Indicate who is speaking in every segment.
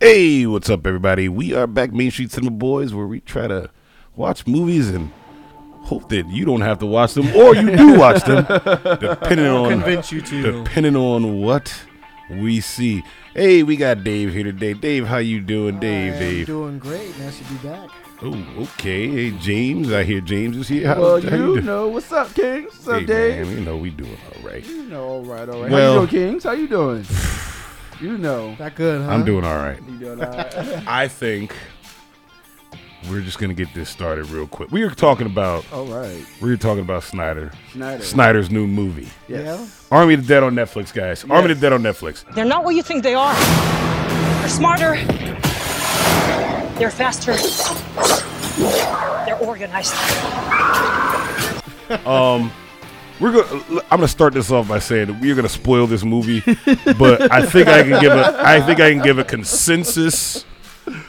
Speaker 1: Hey, what's up, everybody? We are back, Main Street Cinema Boys, where we try to watch movies and hope that you don't have to watch them, or you do watch them, depending on
Speaker 2: convince you to.
Speaker 1: depending on what we see. Hey, we got Dave here today. Dave, how you doing, Dave?
Speaker 3: I am
Speaker 1: Dave.
Speaker 3: doing great. and I should be back.
Speaker 1: Oh, okay. Hey, James, I hear James is here. How,
Speaker 4: Well,
Speaker 1: how you
Speaker 4: you,
Speaker 1: doing?
Speaker 4: know what's up, Kings? What's up,
Speaker 1: Hey,
Speaker 4: Dave?
Speaker 1: man, you know we doing all right.
Speaker 4: You know, all right, all right.
Speaker 1: Well-
Speaker 4: How you doing, Kings? How you doing? you know,
Speaker 3: That good,
Speaker 4: Uh-huh.
Speaker 3: huh?
Speaker 1: I'm doing all right.
Speaker 4: you doing all right.
Speaker 1: I think we're just gonna get this started real quick. We were talking about
Speaker 4: all right,
Speaker 1: we were talking about Snyder.
Speaker 4: Snyder.
Speaker 1: Snyder's new movie.
Speaker 4: Yes.
Speaker 1: Army of the Dead on Netflix, guys. Army of the Dead on Netflix.
Speaker 5: They're not what you think they are. They're smarter. They're faster. They're organized.
Speaker 1: We're gonna. I'm gonna start this off by saying that we're gonna spoil this movie, but I think I can give a. I think I can give a consensus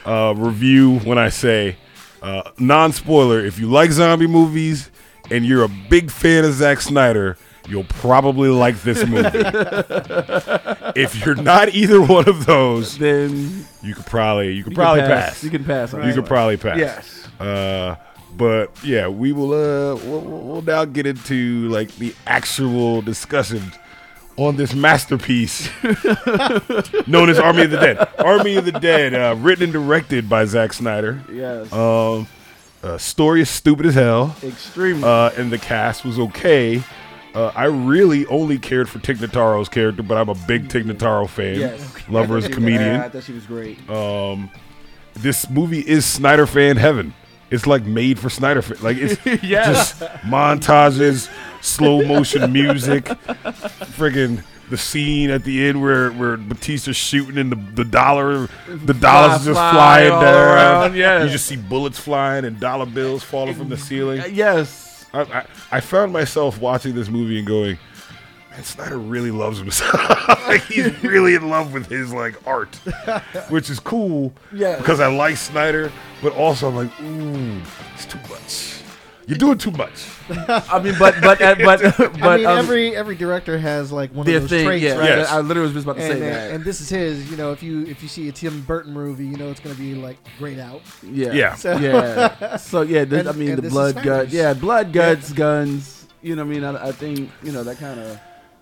Speaker 1: uh, review when I say uh, non-spoiler. If you like zombie movies and you're a big fan of Zack Snyder, you'll probably like this movie. if you're not either one of those,
Speaker 4: Then
Speaker 1: you could probably you could
Speaker 4: you can
Speaker 1: probably pass.
Speaker 4: You can pass. on
Speaker 1: You
Speaker 4: that
Speaker 1: could
Speaker 4: one.
Speaker 1: probably pass.
Speaker 4: Yes.
Speaker 1: Uh, but yeah, we will. Uh, we'll, we'll we'll now get into like the actual discussion on this masterpiece known as Army of the Dead. Army of the Dead, uh, written and directed by Zack Snyder.
Speaker 4: Yes.
Speaker 1: Um, uh, story is stupid as hell,
Speaker 4: Extremely.
Speaker 1: uh, and the cast was okay. Uh, I really only cared for Tig Notaro's character, but I'm a big Tig Notaro fan.
Speaker 4: yes.
Speaker 1: Lover
Speaker 4: I
Speaker 1: is
Speaker 4: thought she was-
Speaker 1: comedian Uh,
Speaker 4: I thought she was great.
Speaker 1: this movie is Snyder fan heaven. It's like made for Snyder fan. Like it's
Speaker 4: Yeah.
Speaker 1: just montages, slow motion music, friggin' the scene at the end where where Batista's shooting and the, the dollar the dollars just
Speaker 4: fly
Speaker 1: flying
Speaker 4: all
Speaker 1: down.
Speaker 4: around, yes.
Speaker 1: You just see bullets flying and dollar bills falling from the ceiling.
Speaker 4: Uh, yes.
Speaker 1: I, I, I found myself watching this movie and going, man, Snyder really loves himself. like he's really in love with his like art, which is cool.
Speaker 4: Yeah.
Speaker 1: Because I like Snyder, but also I'm like, ooh, it's too much. You're doing too much.
Speaker 4: I mean, but but uh, but but
Speaker 3: I mean,
Speaker 4: um,
Speaker 3: every every director has like one of
Speaker 4: their
Speaker 3: those
Speaker 4: thing.
Speaker 3: traits,
Speaker 4: Yeah.
Speaker 3: right?
Speaker 1: Yes.
Speaker 4: I, I literally was just about to
Speaker 3: And,
Speaker 4: say
Speaker 3: and-
Speaker 4: that.
Speaker 3: and this is his. You know, if you if you see a Tim Burton movie, you know it's gonna be like grayed out.
Speaker 4: Yeah.
Speaker 1: Yeah.
Speaker 3: So-
Speaker 4: yeah. So yeah, this,
Speaker 3: And-
Speaker 4: I mean
Speaker 3: and
Speaker 4: the
Speaker 3: this is
Speaker 4: blood guts.
Speaker 3: Snyder's.
Speaker 4: Yeah, blood guts, guns. You know what I mean? I, I think you know that kind of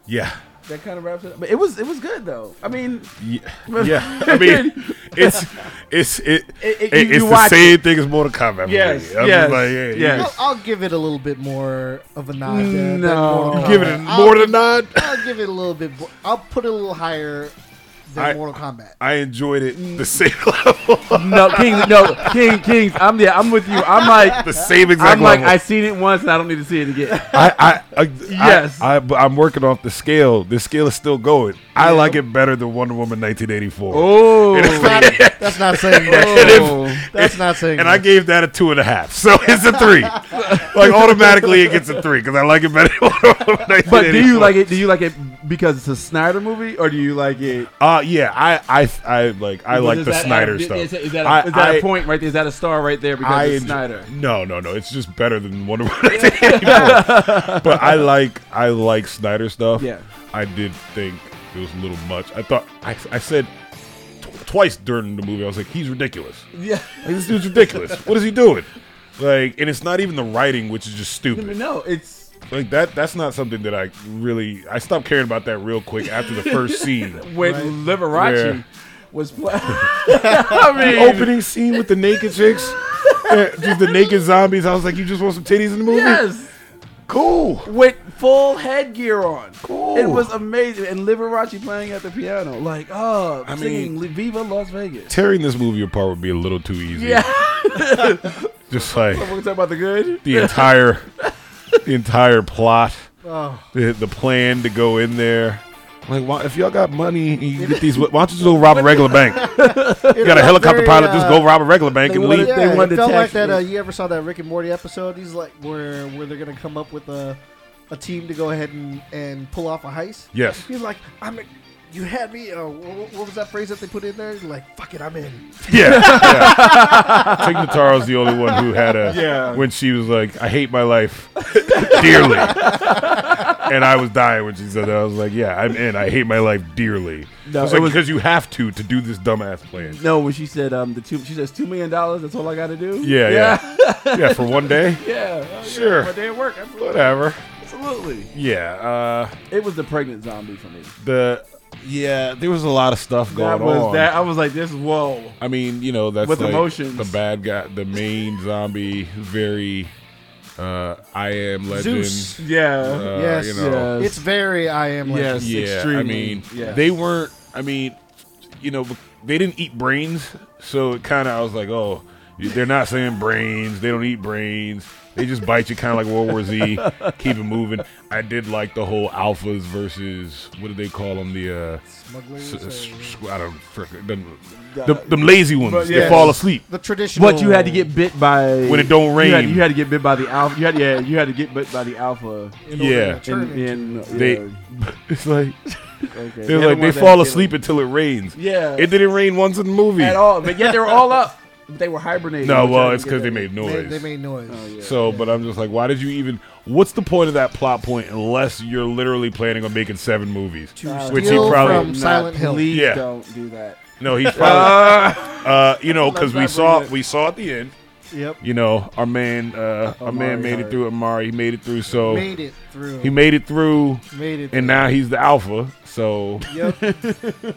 Speaker 1: Yeah.
Speaker 4: that kind of wraps it. up. But it was it was good though. I mean,
Speaker 1: Yeah. yeah. I mean, it's it's it,
Speaker 4: It- it- you-
Speaker 1: it's
Speaker 4: you
Speaker 1: the
Speaker 4: watch
Speaker 1: same thing as Mortal Kombat.
Speaker 4: Yes,
Speaker 1: movie. I'm just
Speaker 4: yes,
Speaker 1: like, yeah, you-
Speaker 4: yes.
Speaker 3: I'll, I'll give it a little bit more of a nod. to that
Speaker 4: No.
Speaker 3: Mortal
Speaker 1: You give it a,
Speaker 3: Kombat.
Speaker 4: Uh,
Speaker 3: I'll-
Speaker 1: more than nine.
Speaker 3: I'll give it a little bit. bo- I'll put it a little higher than
Speaker 1: I-
Speaker 3: Mortal Kombat.
Speaker 1: I enjoyed it the same level,
Speaker 4: no, Kings, no, King, Kings. I'm yeah, I'm with you. I'm like,
Speaker 1: the same exact
Speaker 4: I'm like,
Speaker 1: level.
Speaker 4: I seen it once, and I don't need to see it again.
Speaker 1: I, I, I
Speaker 4: Yes.
Speaker 1: I, I, am working off the scale. The scale is still going. I like it better than Wonder Woman 1984.
Speaker 3: That's
Speaker 4: Oh,
Speaker 3: not, that's not saying much. That's not saying.
Speaker 1: And I
Speaker 3: much.
Speaker 1: gave that a two and a half, so it's a three. like automatically, it gets a three because I like it better. Than Wonder Woman
Speaker 4: but do
Speaker 1: 1984.
Speaker 4: you like it? Do you like it because it's a Snyder movie, or do you like it?
Speaker 1: Uh, yeah, I, I, I like, I like
Speaker 4: Is
Speaker 1: the
Speaker 4: that-
Speaker 1: Snyder
Speaker 4: is-
Speaker 1: stuff.
Speaker 4: Is, is that, a,
Speaker 1: I-
Speaker 4: is that
Speaker 1: I-
Speaker 4: a point right there? Is that a star right there because
Speaker 1: I
Speaker 4: it's
Speaker 1: enj-
Speaker 4: Snyder?
Speaker 1: No, no, no. It's just better than Wonder Woman 1984. but I like I like Snyder stuff.
Speaker 4: Yeah.
Speaker 1: I did think it was a little much. I thought I, I said tw- twice during the movie I was like he's ridiculous.
Speaker 4: Yeah.
Speaker 1: Like, this dude's ridiculous. what is he doing? Like and it's not even the writing which is just stupid.
Speaker 4: No, it's
Speaker 1: Like that that's not something that I really I stopped caring about that real quick after the first scene.
Speaker 4: when Liberace
Speaker 1: Yeah.
Speaker 4: was playing. I
Speaker 1: the
Speaker 4: mean,
Speaker 1: opening scene with the naked chicks, uh, just the naked zombies. I was like, you just want some titties in the movie?
Speaker 4: yes,
Speaker 1: Cool.
Speaker 4: with full headgear on.
Speaker 1: Cool.
Speaker 4: It was amazing, and Liberace playing at the piano, like oh,
Speaker 1: I
Speaker 4: singing "Viva Las Vegas."
Speaker 1: tearing this movie apart would be a little too easy.
Speaker 4: Yeah.
Speaker 1: Just like
Speaker 4: We're gonna talk about the good.
Speaker 1: the entire the entire plot,
Speaker 3: Oh.
Speaker 1: the, the plan to go in there. Like, why, if y'all got money, and you get these. Why don't you just go rob a regular bank? You got a helicopter
Speaker 3: very,
Speaker 1: pilot, just
Speaker 3: uh,
Speaker 1: go rob a regular bank
Speaker 4: they
Speaker 1: and leave.
Speaker 4: wanted-
Speaker 3: Yeah,
Speaker 4: they wanted
Speaker 3: it felt
Speaker 4: to
Speaker 3: like
Speaker 4: tax
Speaker 3: that.
Speaker 4: me.
Speaker 3: Uh, you ever saw that Rick and Morty episode? He's like, where where they're gonna come up with a a team to go ahead and and pull off a heist.
Speaker 1: Yes.
Speaker 3: He's like, I'm you had me. Uh, what, what was that phrase that they put in there? Like, fuck it, I'm in.
Speaker 1: Yeah. yeah. Tig Notaro's the only one who had a
Speaker 4: Yeah.
Speaker 1: when she was like, I hate my life dearly. and I was dying when she said that. I was like, Yeah, I'm in. I hate my life dearly.
Speaker 4: No,
Speaker 1: it's
Speaker 4: it
Speaker 1: like,
Speaker 4: was-
Speaker 1: because you have to to do this dumbass plan.
Speaker 4: No, when she said um the two, she says two million dollars. That's all I got to do.
Speaker 1: Yeah, yeah. Yeah, for one day?
Speaker 4: yeah. Oh, yeah,
Speaker 1: Sure.
Speaker 4: My day at work. Absolutely.
Speaker 1: Whatever.
Speaker 4: absolutely.
Speaker 1: Yeah. Uh
Speaker 4: It was the pregnant zombie for me.
Speaker 1: the yeah, there was a lot of stuff going
Speaker 4: that was
Speaker 1: on.
Speaker 4: that. I was like, this. Whoa.
Speaker 1: I mean, you know, that's
Speaker 4: With
Speaker 1: like
Speaker 4: emotions.
Speaker 1: The bad guy, the main zombie, very uh, I am legend.
Speaker 3: Zeus.
Speaker 4: Yeah.
Speaker 1: Uh,
Speaker 3: Yes.
Speaker 1: you know.
Speaker 4: Yes.
Speaker 3: It's very I am like
Speaker 4: Yes.
Speaker 1: yeah, I
Speaker 4: extremely.
Speaker 1: mean,
Speaker 4: Yeah.
Speaker 1: they weren't. I mean, you know, they didn't eat brains, so it kind of I was like, oh, they're not saying brains. They don't eat brains. They just bite you, kind of like World War Z. Keep it moving. I did like the whole alphas versus what do they call them? The uh,
Speaker 3: smugglers.
Speaker 1: S- s-
Speaker 3: or-
Speaker 1: s- I don't frickin' them,
Speaker 4: The-
Speaker 1: them, them lazy ones.
Speaker 4: But
Speaker 1: They
Speaker 4: yeah.
Speaker 1: fall asleep.
Speaker 3: the traditional.
Speaker 4: But you had to get bit by
Speaker 1: When it don't
Speaker 4: You had,
Speaker 1: rain.
Speaker 4: you had to get bit by the alpha. You had, yeah, you had to get bit by the alpha.
Speaker 3: in order to
Speaker 1: yeah.
Speaker 3: turn
Speaker 4: And,
Speaker 3: into-
Speaker 4: and yeah,
Speaker 1: They, it's like
Speaker 4: okay.
Speaker 1: they're like they
Speaker 4: ones that
Speaker 1: fall
Speaker 4: get
Speaker 1: asleep until it rains.
Speaker 4: Yeah.
Speaker 1: it didn't rain once in the movie
Speaker 4: at all, but yet they were all up. But they were hibernating.
Speaker 1: No,
Speaker 4: which I
Speaker 1: well,
Speaker 4: didn't
Speaker 1: it's
Speaker 4: get
Speaker 1: because they
Speaker 4: that.
Speaker 1: made
Speaker 3: they,
Speaker 1: noise.
Speaker 3: they made noise.
Speaker 4: Oh, yeah.
Speaker 1: so, but I'm just like, why did you even? What's the point of that plot point unless you're literally planning on making seven movies?
Speaker 4: Uh,
Speaker 1: Which he
Speaker 3: steal
Speaker 1: probably-
Speaker 3: from
Speaker 4: Not-
Speaker 3: Silent Hill.
Speaker 4: Please
Speaker 1: Yeah.
Speaker 4: don't do that.
Speaker 1: No, he's probably,
Speaker 4: Ah.
Speaker 1: uh, you know, because we
Speaker 4: Let's
Speaker 1: saw
Speaker 4: not bring it.
Speaker 1: we saw at the end.
Speaker 3: Yep.
Speaker 1: You know, our man, uh, our man
Speaker 4: Amari
Speaker 1: made it
Speaker 4: Hart.
Speaker 1: through. Amari, he made it through.
Speaker 4: Oh.
Speaker 1: So
Speaker 3: Made it through.
Speaker 1: he made it through,
Speaker 3: made it.
Speaker 1: and now he's the alpha. So
Speaker 3: through. yep.
Speaker 1: and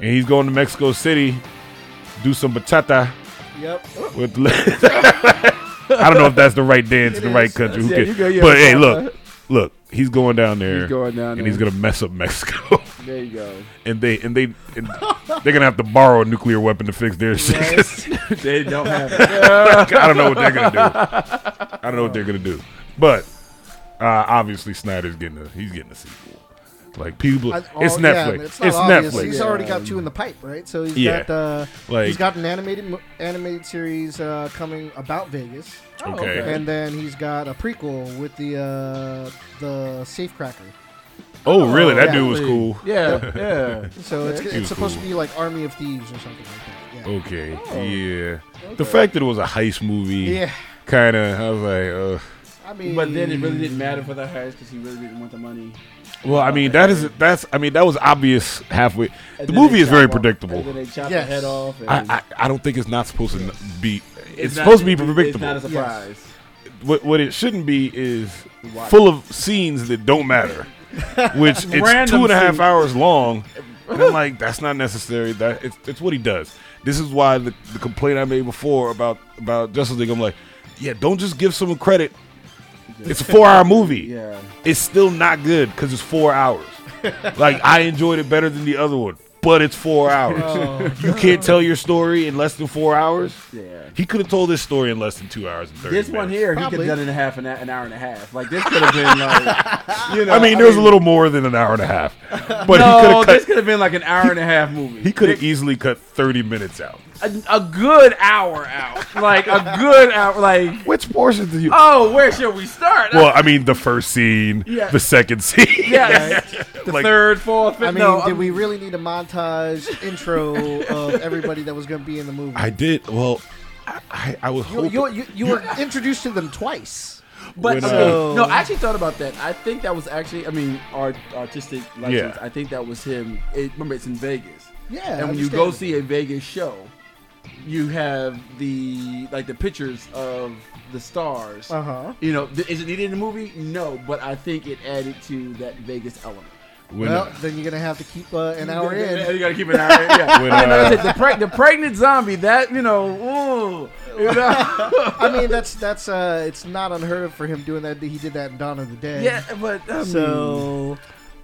Speaker 1: he's going to Mexico City, do some bachata.
Speaker 3: Yep.
Speaker 1: with I don't know if that's the right dance in the
Speaker 3: It
Speaker 1: right
Speaker 3: is.
Speaker 1: country. Who
Speaker 4: Yeah, you
Speaker 1: cares?
Speaker 4: go, yeah,
Speaker 1: but hey,
Speaker 4: uh,
Speaker 1: look, look, he's going down there,
Speaker 4: He's going down
Speaker 1: and he's
Speaker 4: there.
Speaker 1: gonna mess up Mexico,
Speaker 4: There you go.
Speaker 1: and they and they and they're gonna have to borrow a nuclear weapon to fix their shit.
Speaker 4: they don't have. It.
Speaker 1: I don't know what they're gonna do. I don't know what they're gonna do. But uh, obviously, Snyder's getting a he's getting a sequel. Like people,
Speaker 3: I- oh,
Speaker 1: it's
Speaker 3: yeah,
Speaker 1: Netflix.
Speaker 3: it's
Speaker 1: it's
Speaker 3: not obvious.
Speaker 1: Netflix.
Speaker 3: He's already got two in the pipe, right? So he's
Speaker 1: Yeah.
Speaker 3: got uh,
Speaker 1: Like-
Speaker 3: he's got an animated mo- animated series uh, coming about Vegas,
Speaker 4: Oh,
Speaker 1: Okay.
Speaker 3: and then he's got a prequel with the uh, the safecracker.
Speaker 1: Oh, really? That
Speaker 3: yeah.
Speaker 1: dude was cool.
Speaker 4: Yeah, yeah.
Speaker 3: So it's,
Speaker 1: He was
Speaker 3: it's supposed
Speaker 1: cool.
Speaker 3: to be like Army of Thieves or something like that. Yeah.
Speaker 1: Okay.
Speaker 4: Oh.
Speaker 1: Yeah. The fact that it was a heist movie.
Speaker 3: Yeah.
Speaker 1: Kind of. I was like, uh, ugh.
Speaker 3: I mean,
Speaker 4: But then it really didn't matter for the highest because he really didn't want the money.
Speaker 1: Well, I mean, that is that's. I mean, that was obvious halfway.
Speaker 4: And
Speaker 1: the
Speaker 4: then
Speaker 1: movie
Speaker 4: they
Speaker 1: is very
Speaker 4: chop off-
Speaker 1: predictable.
Speaker 4: And then they chop
Speaker 3: Yes.
Speaker 4: the head off. And
Speaker 1: I, I I don't think it's not supposed to n- be. It's,
Speaker 4: not-
Speaker 1: supposed to be
Speaker 4: It's not a
Speaker 1: predictable.
Speaker 4: surprise.
Speaker 1: What what it shouldn't be is
Speaker 4: Why?
Speaker 1: full of scenes that don't matter, which it's
Speaker 4: Random
Speaker 1: two and a half
Speaker 4: scenes.
Speaker 1: hours long. And I'm like, that's not necessary. That it's, it's what he does. This is why the, the complaint I made before about about Justice League. I'm like, yeah, don't just give someone credit. It's a four hour movie.
Speaker 4: Yeah.
Speaker 1: it's still not good because it's four hours. like I enjoyed it better than the other one, but it's
Speaker 4: Oh,
Speaker 1: four hours. you can't tell your story in less than four hours.
Speaker 4: Yeah.
Speaker 1: He could have told his story in less than two hours and thirty.
Speaker 4: This one
Speaker 1: minutes.
Speaker 4: here, he could
Speaker 3: Probably.
Speaker 4: have done it in a half an, an hour and a half. Like this could have been like, you know.
Speaker 1: I mean, there was a little more than an hour and a half, but he could
Speaker 4: No,
Speaker 1: have cut.
Speaker 4: this could have been like an hour and a half movie.
Speaker 1: he could have easily cut thirty minutes out.
Speaker 4: a, a good hour out, like a good hour, like.
Speaker 1: Which portion do you?
Speaker 4: Oh, where should we start?
Speaker 1: Well, I mean, the first scene,
Speaker 4: Yeah.
Speaker 1: the second scene.
Speaker 4: yes. the
Speaker 1: like-
Speaker 4: third, fourth, fifth.
Speaker 3: I mean,
Speaker 4: no,
Speaker 3: did
Speaker 4: I'm-
Speaker 3: we really need a montage intro of everybody that was going to be in the movie?
Speaker 1: I did. Well, I, I, I was
Speaker 3: you,
Speaker 1: hoping.
Speaker 3: you, you, you were introduced to them twice.
Speaker 4: But
Speaker 1: When, uh,
Speaker 4: okay, no, I actually thought about that. I think that was actually, I mean, art, artistic license.
Speaker 1: Yeah.
Speaker 4: I think that was him. It, remember, it's in Vegas.
Speaker 3: Yeah,
Speaker 4: and when you go
Speaker 3: understandable.
Speaker 4: see a Vegas show, you have the like the pictures of the stars.
Speaker 3: Uh-huh.
Speaker 4: You know, th- is it needed in the movie? No, but I think it added to that Vegas element.
Speaker 1: when,
Speaker 3: well, then you're going to have to keep uh, an hour
Speaker 4: You gotta-
Speaker 3: in.
Speaker 4: You gotta keep an hour in. Yeah.
Speaker 1: when,
Speaker 4: And like I
Speaker 1: uh,
Speaker 4: said, the, preg- the pregnant zombie, that, you know, ooh, you know.
Speaker 3: I mean, that's that's uh, it's not unheard of for him doing that. He did that in Dawn of the Dead.
Speaker 4: Yeah, but um, I mean,
Speaker 3: So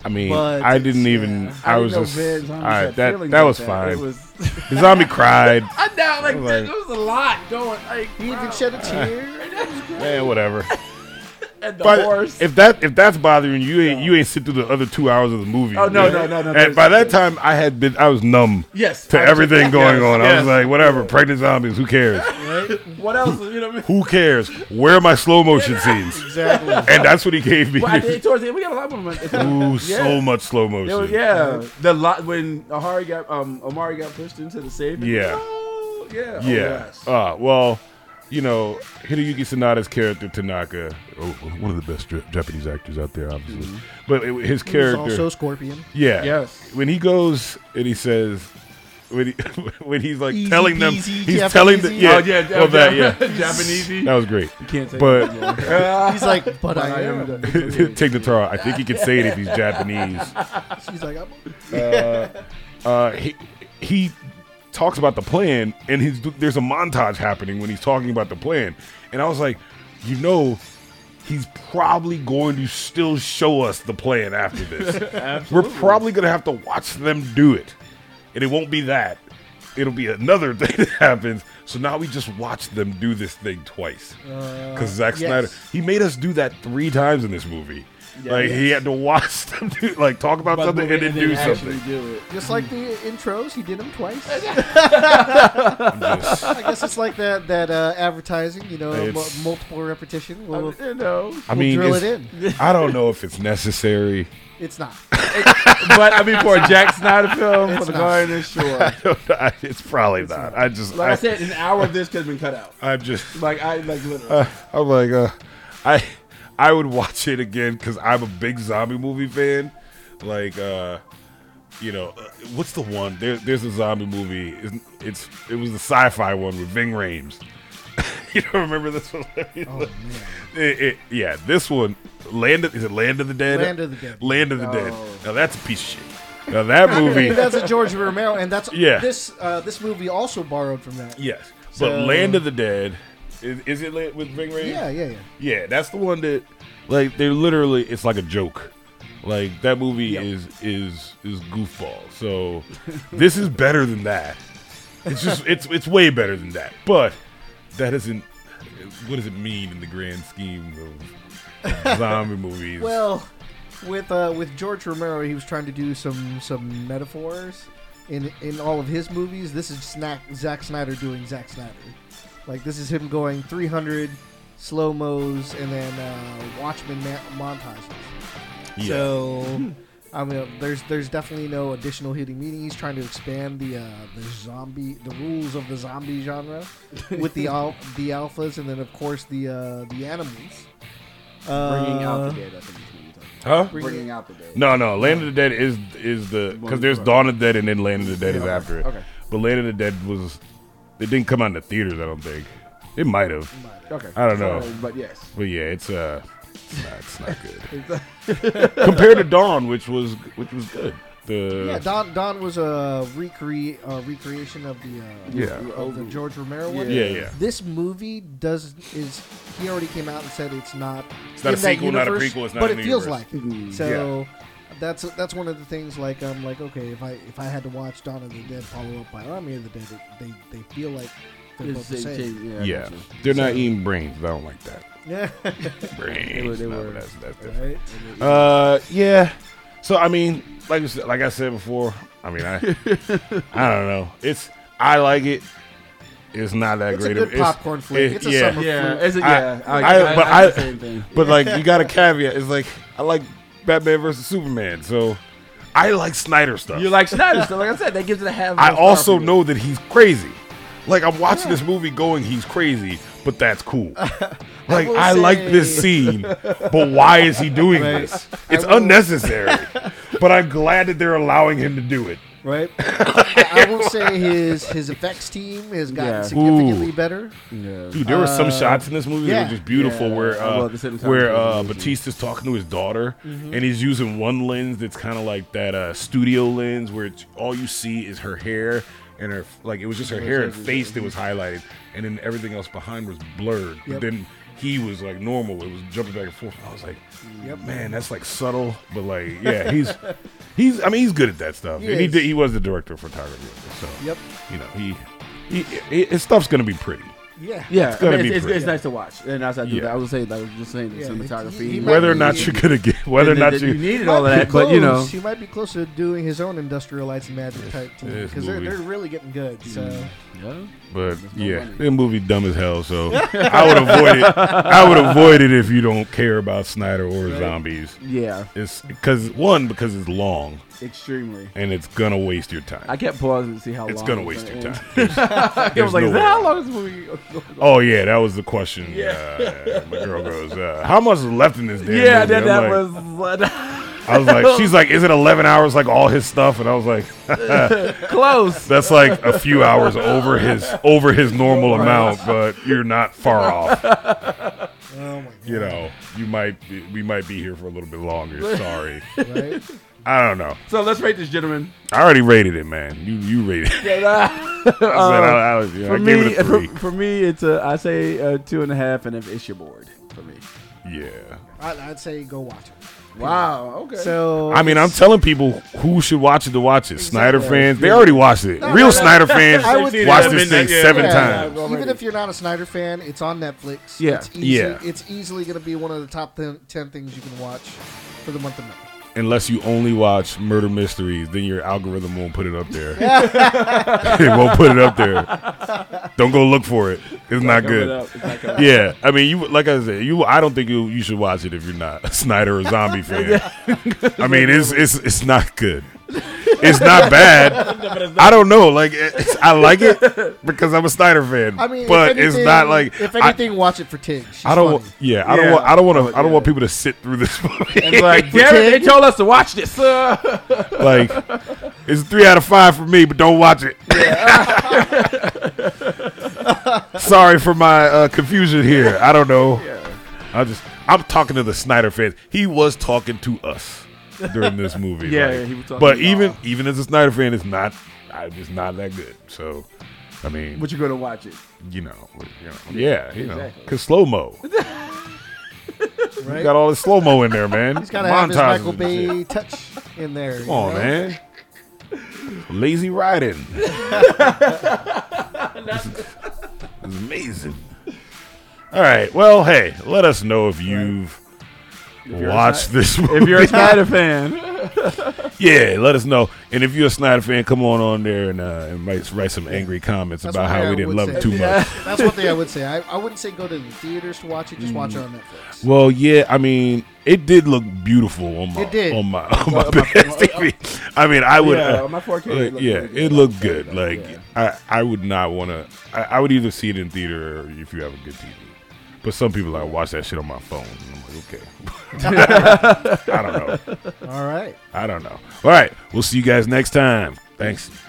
Speaker 1: I mean,
Speaker 3: But
Speaker 1: I didn't even.
Speaker 3: yeah.
Speaker 1: I,
Speaker 4: didn't
Speaker 1: was
Speaker 4: know
Speaker 1: just.
Speaker 4: Vans,
Speaker 1: all
Speaker 4: I'm
Speaker 1: right,
Speaker 4: just
Speaker 1: that
Speaker 4: feeling
Speaker 1: that
Speaker 4: like
Speaker 1: was fine.
Speaker 4: It was,
Speaker 1: the zombie cried.
Speaker 4: I know, like,
Speaker 1: Like-
Speaker 4: there was a lot going. Like,
Speaker 3: he even
Speaker 4: Mm. wow.
Speaker 3: shed a tear.
Speaker 1: Man, whatever.
Speaker 4: and the
Speaker 1: by the-
Speaker 4: horse.
Speaker 1: if that if that's bothering you, you ain't you ain't sit through the other two hours of the movie.
Speaker 4: Oh, no,
Speaker 1: Yeah.
Speaker 4: no, no, no,
Speaker 1: And by that time, I had been I was numb.
Speaker 4: Yes,
Speaker 1: to
Speaker 4: I was-
Speaker 1: everything
Speaker 4: yes,
Speaker 1: going on. I was
Speaker 4: yes.
Speaker 1: like, whatever, pregnant zombies. Who cares?
Speaker 4: what else? You know what I mean?
Speaker 1: Who cares? Where are my slow motion scenes?
Speaker 3: Exactly.
Speaker 1: And that's what he gave me.
Speaker 4: Well, I did, towards the end, we got a lot more. At the
Speaker 1: Ooh, so much slow
Speaker 4: It was-
Speaker 1: motion.
Speaker 4: yeah, the lot when Ahari got um Amari got pushed into the safe.
Speaker 1: Yeah.
Speaker 4: Oh, yeah, Oh,
Speaker 1: Yeah.
Speaker 4: yes.
Speaker 1: Uh, well, you know, Hideyuki Sanada's character Tanaka, oh, one of the best Ja- Japanese actors out there, obviously.
Speaker 4: Mm-hmm.
Speaker 1: But it, his
Speaker 3: There's
Speaker 1: character,
Speaker 3: also Scorpion.
Speaker 1: yeah,
Speaker 4: Yes.
Speaker 1: When he goes and he says, when he when he's like
Speaker 3: Easy
Speaker 1: telling them,
Speaker 3: peasy,
Speaker 1: he's
Speaker 3: Japanese
Speaker 1: telling the
Speaker 3: easy.
Speaker 1: yeah,
Speaker 4: Oh yeah,
Speaker 1: well, that, yeah,
Speaker 4: Japanese.
Speaker 1: that was great.
Speaker 4: Can't say
Speaker 1: But-
Speaker 3: He's like, but, I, am.
Speaker 1: Take the tar. I think he can say it if he's Japanese.
Speaker 3: She's like, I'm,
Speaker 1: uh, he he talks about the plan, and he's there's a montage happening when he's talking about the plan, and I was like, you know, he's probably going to still show us the plan after this. We're probably gonna have to watch them do it, and it won't be that. It'll be another thing that happens. So now we just watch them do this thing twice. Because Zack
Speaker 3: yes.
Speaker 1: Snyder, he made us do that three times in this movie. like he had to watch them do, like talk about
Speaker 4: But
Speaker 1: something
Speaker 4: movie
Speaker 1: and then
Speaker 4: didn't
Speaker 1: do
Speaker 4: actually
Speaker 1: something.
Speaker 4: do it.
Speaker 3: just like the intros, he did them twice.
Speaker 1: I'm just-
Speaker 3: I guess it's like that that uh, advertising, you know, mu-
Speaker 1: It's-
Speaker 3: multiple repetition.
Speaker 4: Uh,
Speaker 3: Well,
Speaker 4: you know,
Speaker 1: I
Speaker 3: We'll
Speaker 1: mean,
Speaker 3: drill
Speaker 1: it's-
Speaker 3: it in.
Speaker 1: I don't know if it's necessary.
Speaker 3: it's not.
Speaker 4: but I mean, for a Jack Snyder film, for
Speaker 3: It's
Speaker 4: the
Speaker 3: not.
Speaker 4: Garden Shore,
Speaker 1: I don't know. It's probably not. I just,
Speaker 4: like I,
Speaker 1: I,
Speaker 4: said, an hour of this could have been cut out.
Speaker 1: I'm just,
Speaker 4: Like I, like literally,
Speaker 1: uh, I'm like, uh, I, I would watch it again because I'm a big zombie movie fan. Like, uh, you know, uh, what's the one? There, there's a zombie movie. It's, it's, it was the sci-fi one with Ving Rhames. you don't remember this one?
Speaker 3: Oh,
Speaker 1: It- it- yeah, this one, Land of, is it Land of the Dead?
Speaker 3: Land of the Dead. Oh.
Speaker 1: Land of the Dead. Now that's a piece of shit. Now that movie.
Speaker 3: that's a George Romero, and that's
Speaker 1: Yeah.
Speaker 3: This uh, this movie also borrowed from that.
Speaker 1: Yes,
Speaker 3: So-
Speaker 1: but Land of the Dead is, is it Land- with Ving Rhames?
Speaker 3: yeah, yeah, yeah.
Speaker 1: yeah. That's the one that like they're literally it's like a joke. Like that movie is is is goofball. So this is better than that. It's just it's it's way better than that. But that isn't what does it mean in the grand scheme of zombie movies?
Speaker 3: Well, with uh, with George Romero, he was trying to do some some metaphors in in all of his movies. This is Snack, Zack Snyder doing Zack Snyder. Like this is him going 300 slow mos and then uh, Watchmen ma- montages.
Speaker 1: yeah.
Speaker 3: So I mean, there's there's definitely no additional hidden meaning. He's trying to expand the uh, the zombie the rules of the zombie genre with the al- the alphas and then of course the uh, the animals.
Speaker 4: bringing
Speaker 3: Uh,
Speaker 4: out the dead. I think is what you're talking about.
Speaker 1: huh?
Speaker 4: Bringing out the dead.
Speaker 1: No, no. Land of the Dead is is the because there's Dawn of the Dead and then Land of the Dead is after it.
Speaker 4: okay.
Speaker 1: But Land of the Dead was it didn't come out in the theaters. I don't think it might have.
Speaker 4: Okay,
Speaker 1: I don't know.
Speaker 4: Sorry, but yes,
Speaker 1: But yeah, it's uh, it's not, it's not good compared to Dawn, which was which was good. The
Speaker 3: Yeah, Don Don was a recre- uh, recreation of the uh,
Speaker 1: Yeah.
Speaker 3: of the George Romero one.
Speaker 1: Yeah, yeah.
Speaker 3: This movie does is he already came out and said it's not. It's
Speaker 1: not a sequel, not a prequel, it's not
Speaker 3: but
Speaker 1: in
Speaker 3: it
Speaker 1: the
Speaker 3: feels
Speaker 1: universe.
Speaker 3: like it. So. That's that's one of the things. Like I'm like okay, if I if I had to watch Dawn of the Dead follow up by Army of the Dead, it, they they feel like they're both
Speaker 4: It's
Speaker 3: the
Speaker 4: the
Speaker 3: same.
Speaker 4: same- I
Speaker 1: yeah,
Speaker 4: got you.
Speaker 1: they're not eating brains. I don't like that.
Speaker 3: Yeah,
Speaker 1: Brains.
Speaker 4: they
Speaker 1: No,
Speaker 4: were-
Speaker 1: that's, that's different.
Speaker 3: right.
Speaker 1: Uh, yeah. So I mean, like I said, like I said before, I mean, I, I don't know. It's I like it. It's not that
Speaker 3: It's a
Speaker 1: great.
Speaker 3: good
Speaker 1: of, it's-
Speaker 3: popcorn flick. It's a summer-
Speaker 4: Yeah, it's a,
Speaker 1: I-
Speaker 4: yeah. I,
Speaker 1: I-
Speaker 4: I-
Speaker 1: but
Speaker 4: I
Speaker 1: I-
Speaker 4: did the same thing.
Speaker 1: But like, you got a caveat. It's like I like Batman versus Superman, so I like Snyder stuff.
Speaker 4: You like Snyder, so like I said, that gives it a half.
Speaker 1: I
Speaker 4: a star
Speaker 1: also
Speaker 4: for me.
Speaker 1: know that he's crazy. Like I'm watching this movie, going, he's crazy, but that's cool. Like
Speaker 3: will
Speaker 1: I, like this
Speaker 3: say-
Speaker 1: scene, but why is he doing
Speaker 3: Right.
Speaker 1: this? It's unnecessary, but I'm glad that they're allowing him to do it.
Speaker 3: Right. I, I will say his his effects team has gotten
Speaker 4: Yeah.
Speaker 3: significantly
Speaker 1: Ooh.
Speaker 3: better.
Speaker 4: Yeah.
Speaker 1: Dude, there were some shots in this movie that
Speaker 3: yeah.
Speaker 1: were just beautiful,
Speaker 4: Yeah,
Speaker 1: where
Speaker 4: I
Speaker 1: uh,
Speaker 4: love the cinematography
Speaker 1: where uh,
Speaker 4: of the movie.
Speaker 1: Batista's talking to his daughter,
Speaker 4: Mm-hmm.
Speaker 1: and he's using one lens that's kind of like that uh, studio lens, where it's, all you see is her hair and her like it was just her hair and face that was highlighted, and then everything else behind was blurred. But
Speaker 3: Yep.
Speaker 1: then he was like normal; it was jumping back and forth. I was like, man, that's like subtle, but like yeah, he's he's I mean he's good at that stuff.
Speaker 3: He
Speaker 1: and he
Speaker 3: is.
Speaker 1: did, he was the director of photography, so
Speaker 3: Yep.
Speaker 1: you know he, he, he his stuff's gonna be pretty.
Speaker 3: Yeah.
Speaker 4: Yeah, it's, I mean,
Speaker 1: be
Speaker 4: it's, it's,
Speaker 1: pretty.
Speaker 4: it's nice to watch. And that's I do
Speaker 1: Yeah.
Speaker 4: that. I was saying, like, I was just saying, the
Speaker 3: Yeah,
Speaker 4: cinematography.
Speaker 3: he- he might
Speaker 1: Whether or
Speaker 3: be-
Speaker 1: not you're gonna get, whether or
Speaker 4: and then
Speaker 1: not
Speaker 4: that you
Speaker 1: you,
Speaker 4: needed
Speaker 3: Might
Speaker 4: all of
Speaker 3: be
Speaker 4: that, but you know,
Speaker 3: close. he might be close to doing his own industrial lights and magic type team
Speaker 1: this
Speaker 3: because they're,
Speaker 1: movie.
Speaker 3: they're really getting good. So
Speaker 1: Mm.
Speaker 4: yeah.
Speaker 1: but
Speaker 4: There's no
Speaker 1: yeah,
Speaker 4: money.
Speaker 1: the movie dumb as hell. So I would avoid it. I would avoid it if you don't care about Snyder or zombies.
Speaker 4: yeah,
Speaker 1: It's because one because it's long
Speaker 4: extremely.
Speaker 1: and it's gonna waste your time.
Speaker 4: I kept pausing to see how
Speaker 1: it's
Speaker 4: long
Speaker 1: gonna
Speaker 4: it was
Speaker 1: waste your
Speaker 4: end.
Speaker 1: time. There's-
Speaker 4: I was
Speaker 1: there's
Speaker 4: like,
Speaker 1: no
Speaker 4: is
Speaker 1: way.
Speaker 4: that how long is this movie?
Speaker 1: Oh yeah, that was the question. Uh, my girl goes, uh, "How much is left in this?" Damn
Speaker 4: yeah,
Speaker 1: movie?
Speaker 4: that,
Speaker 1: I'm
Speaker 4: that
Speaker 1: like-
Speaker 4: was
Speaker 1: I was like, "She's like, is it eleven hours? Like all his stuff?" And I was like,
Speaker 4: close.
Speaker 1: "That's like a few hours over his over his normal amount, but you're not far off.
Speaker 3: oh my
Speaker 1: You know, you might be, we might be here for a little bit longer. Sorry,
Speaker 3: god, right?
Speaker 1: I don't know.
Speaker 4: So let's rate this gentleman.
Speaker 1: I already rated it, man. You you rated it. I, said, I, I was- yeah, I
Speaker 4: for
Speaker 1: gave
Speaker 4: me,
Speaker 1: it a three.
Speaker 4: For, for me, it's a I say a two and a half, and if it's your board for me.
Speaker 1: yeah."
Speaker 3: I, I'd say go watch it.
Speaker 4: Wow. Okay.
Speaker 3: So
Speaker 1: I mean, I'm
Speaker 3: it's-
Speaker 1: telling people who should watch it to watch it. Snyder
Speaker 3: Exactly.
Speaker 1: fans, they already watched it.
Speaker 3: No,
Speaker 1: Real
Speaker 3: no, no.
Speaker 1: Snyder fans
Speaker 3: I would- They've
Speaker 1: watch
Speaker 3: seen it
Speaker 1: this
Speaker 3: at
Speaker 1: thing
Speaker 2: midnight, yeah.
Speaker 1: seven
Speaker 3: Yeah.
Speaker 1: times.
Speaker 3: even if you're not a Snyder fan, it's on Netflix.
Speaker 4: Yeah.
Speaker 3: it's easy,
Speaker 1: Yeah.
Speaker 3: It's easily going to be one of the top ten, 10 things you can watch for the month of May.
Speaker 1: Unless you only watch murder mysteries, then your algorithm won't put it up there. it won't put it up there. Don't go look for it. It's not
Speaker 4: Cover it
Speaker 1: good.
Speaker 4: up. It's not covered up.
Speaker 1: Yeah, I mean, you like I said, you. I don't think you you should watch it if you're not a Snyder or zombie fan. I mean, it's it's it's not good. It's not bad. I don't know. Like it's, I like it because I'm a Snyder fan.
Speaker 3: I mean,
Speaker 1: but
Speaker 3: if anything,
Speaker 1: it's not like
Speaker 3: if
Speaker 1: I-
Speaker 3: anything, watch it for Tig. She's
Speaker 1: I don't.
Speaker 3: funny.
Speaker 1: Yeah, I don't
Speaker 4: Yeah.
Speaker 1: want. I don't want to. I don't
Speaker 4: yeah.
Speaker 1: want people to sit through this movie.
Speaker 4: And be like, damn it, they told us to watch this. Uh,
Speaker 1: like, it's a three out of five for me, but don't watch it. Sorry for my uh, confusion here. I don't know. I just. I'm talking to the Snyder fans. He was talking to us during this movie.
Speaker 4: Yeah,
Speaker 1: like,
Speaker 4: yeah, he was talking
Speaker 1: But
Speaker 4: to
Speaker 1: even
Speaker 4: y'all.
Speaker 1: even as a Snyder fan, it's not. I just not that good. So. I mean,
Speaker 4: but you're gonna watch it.
Speaker 1: you know, you know, yeah, you know,
Speaker 4: exactly.
Speaker 1: cause slow mo,
Speaker 3: Right?
Speaker 1: got all the slow mo in there, man.
Speaker 3: He's got to have his
Speaker 1: Montages
Speaker 3: Michael
Speaker 1: and shit.
Speaker 3: Bay touch in there.
Speaker 1: Come on, man. Lazy riding. It's amazing. All right. Well, hey, let us know if you've
Speaker 4: you're a
Speaker 1: watched this movie.
Speaker 4: If you're a Snyder fan,
Speaker 1: yeah, let us know. And if you're a Snyder fan, come on on there and, uh, and write, write some angry comments
Speaker 3: That's
Speaker 1: about
Speaker 3: what
Speaker 1: how
Speaker 3: I
Speaker 1: we didn't
Speaker 3: would
Speaker 1: love
Speaker 3: say.
Speaker 1: it too much.
Speaker 3: That's one thing I would say. I, I wouldn't say go to the theaters to watch it. Just watch it on Netflix.
Speaker 1: Well, yeah, I mean, it did look beautiful on my
Speaker 3: It did.
Speaker 1: on my on my TV. I mean, I would.
Speaker 4: yeah,
Speaker 1: uh,
Speaker 4: my 4K.
Speaker 1: Like,
Speaker 4: looked
Speaker 1: yeah,
Speaker 4: really good.
Speaker 1: it looked good. Like
Speaker 4: yeah.
Speaker 1: I, I would not want to. I, I would either see it in theater or if you have a good TV. But some people like watch that shit on my phone. And I'm like, okay, I don't know.
Speaker 3: All right.
Speaker 1: I don't know. All right, we'll see you guys next time. Thanks.